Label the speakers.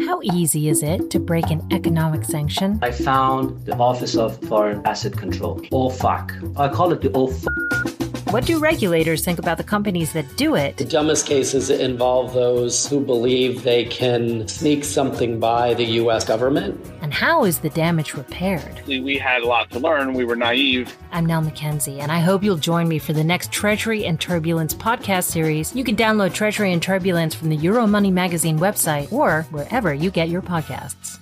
Speaker 1: How easy is it to break an economic sanction?
Speaker 2: I found the Office of Foreign Asset Control, OFAC. I call it the OFAC.
Speaker 1: What do regulators think about the companies that do it?
Speaker 3: The dumbest cases involve those who believe they can sneak something by the U.S. government.
Speaker 1: And how is the damage repaired?
Speaker 4: We, we had a lot to learn. We were naive.
Speaker 1: I'm Nell McKenzie, and I hope you'll join me for the next Treasury and Turbulence podcast series. You can download Treasury and Turbulence from the Euromoney magazine website or wherever you get your podcasts.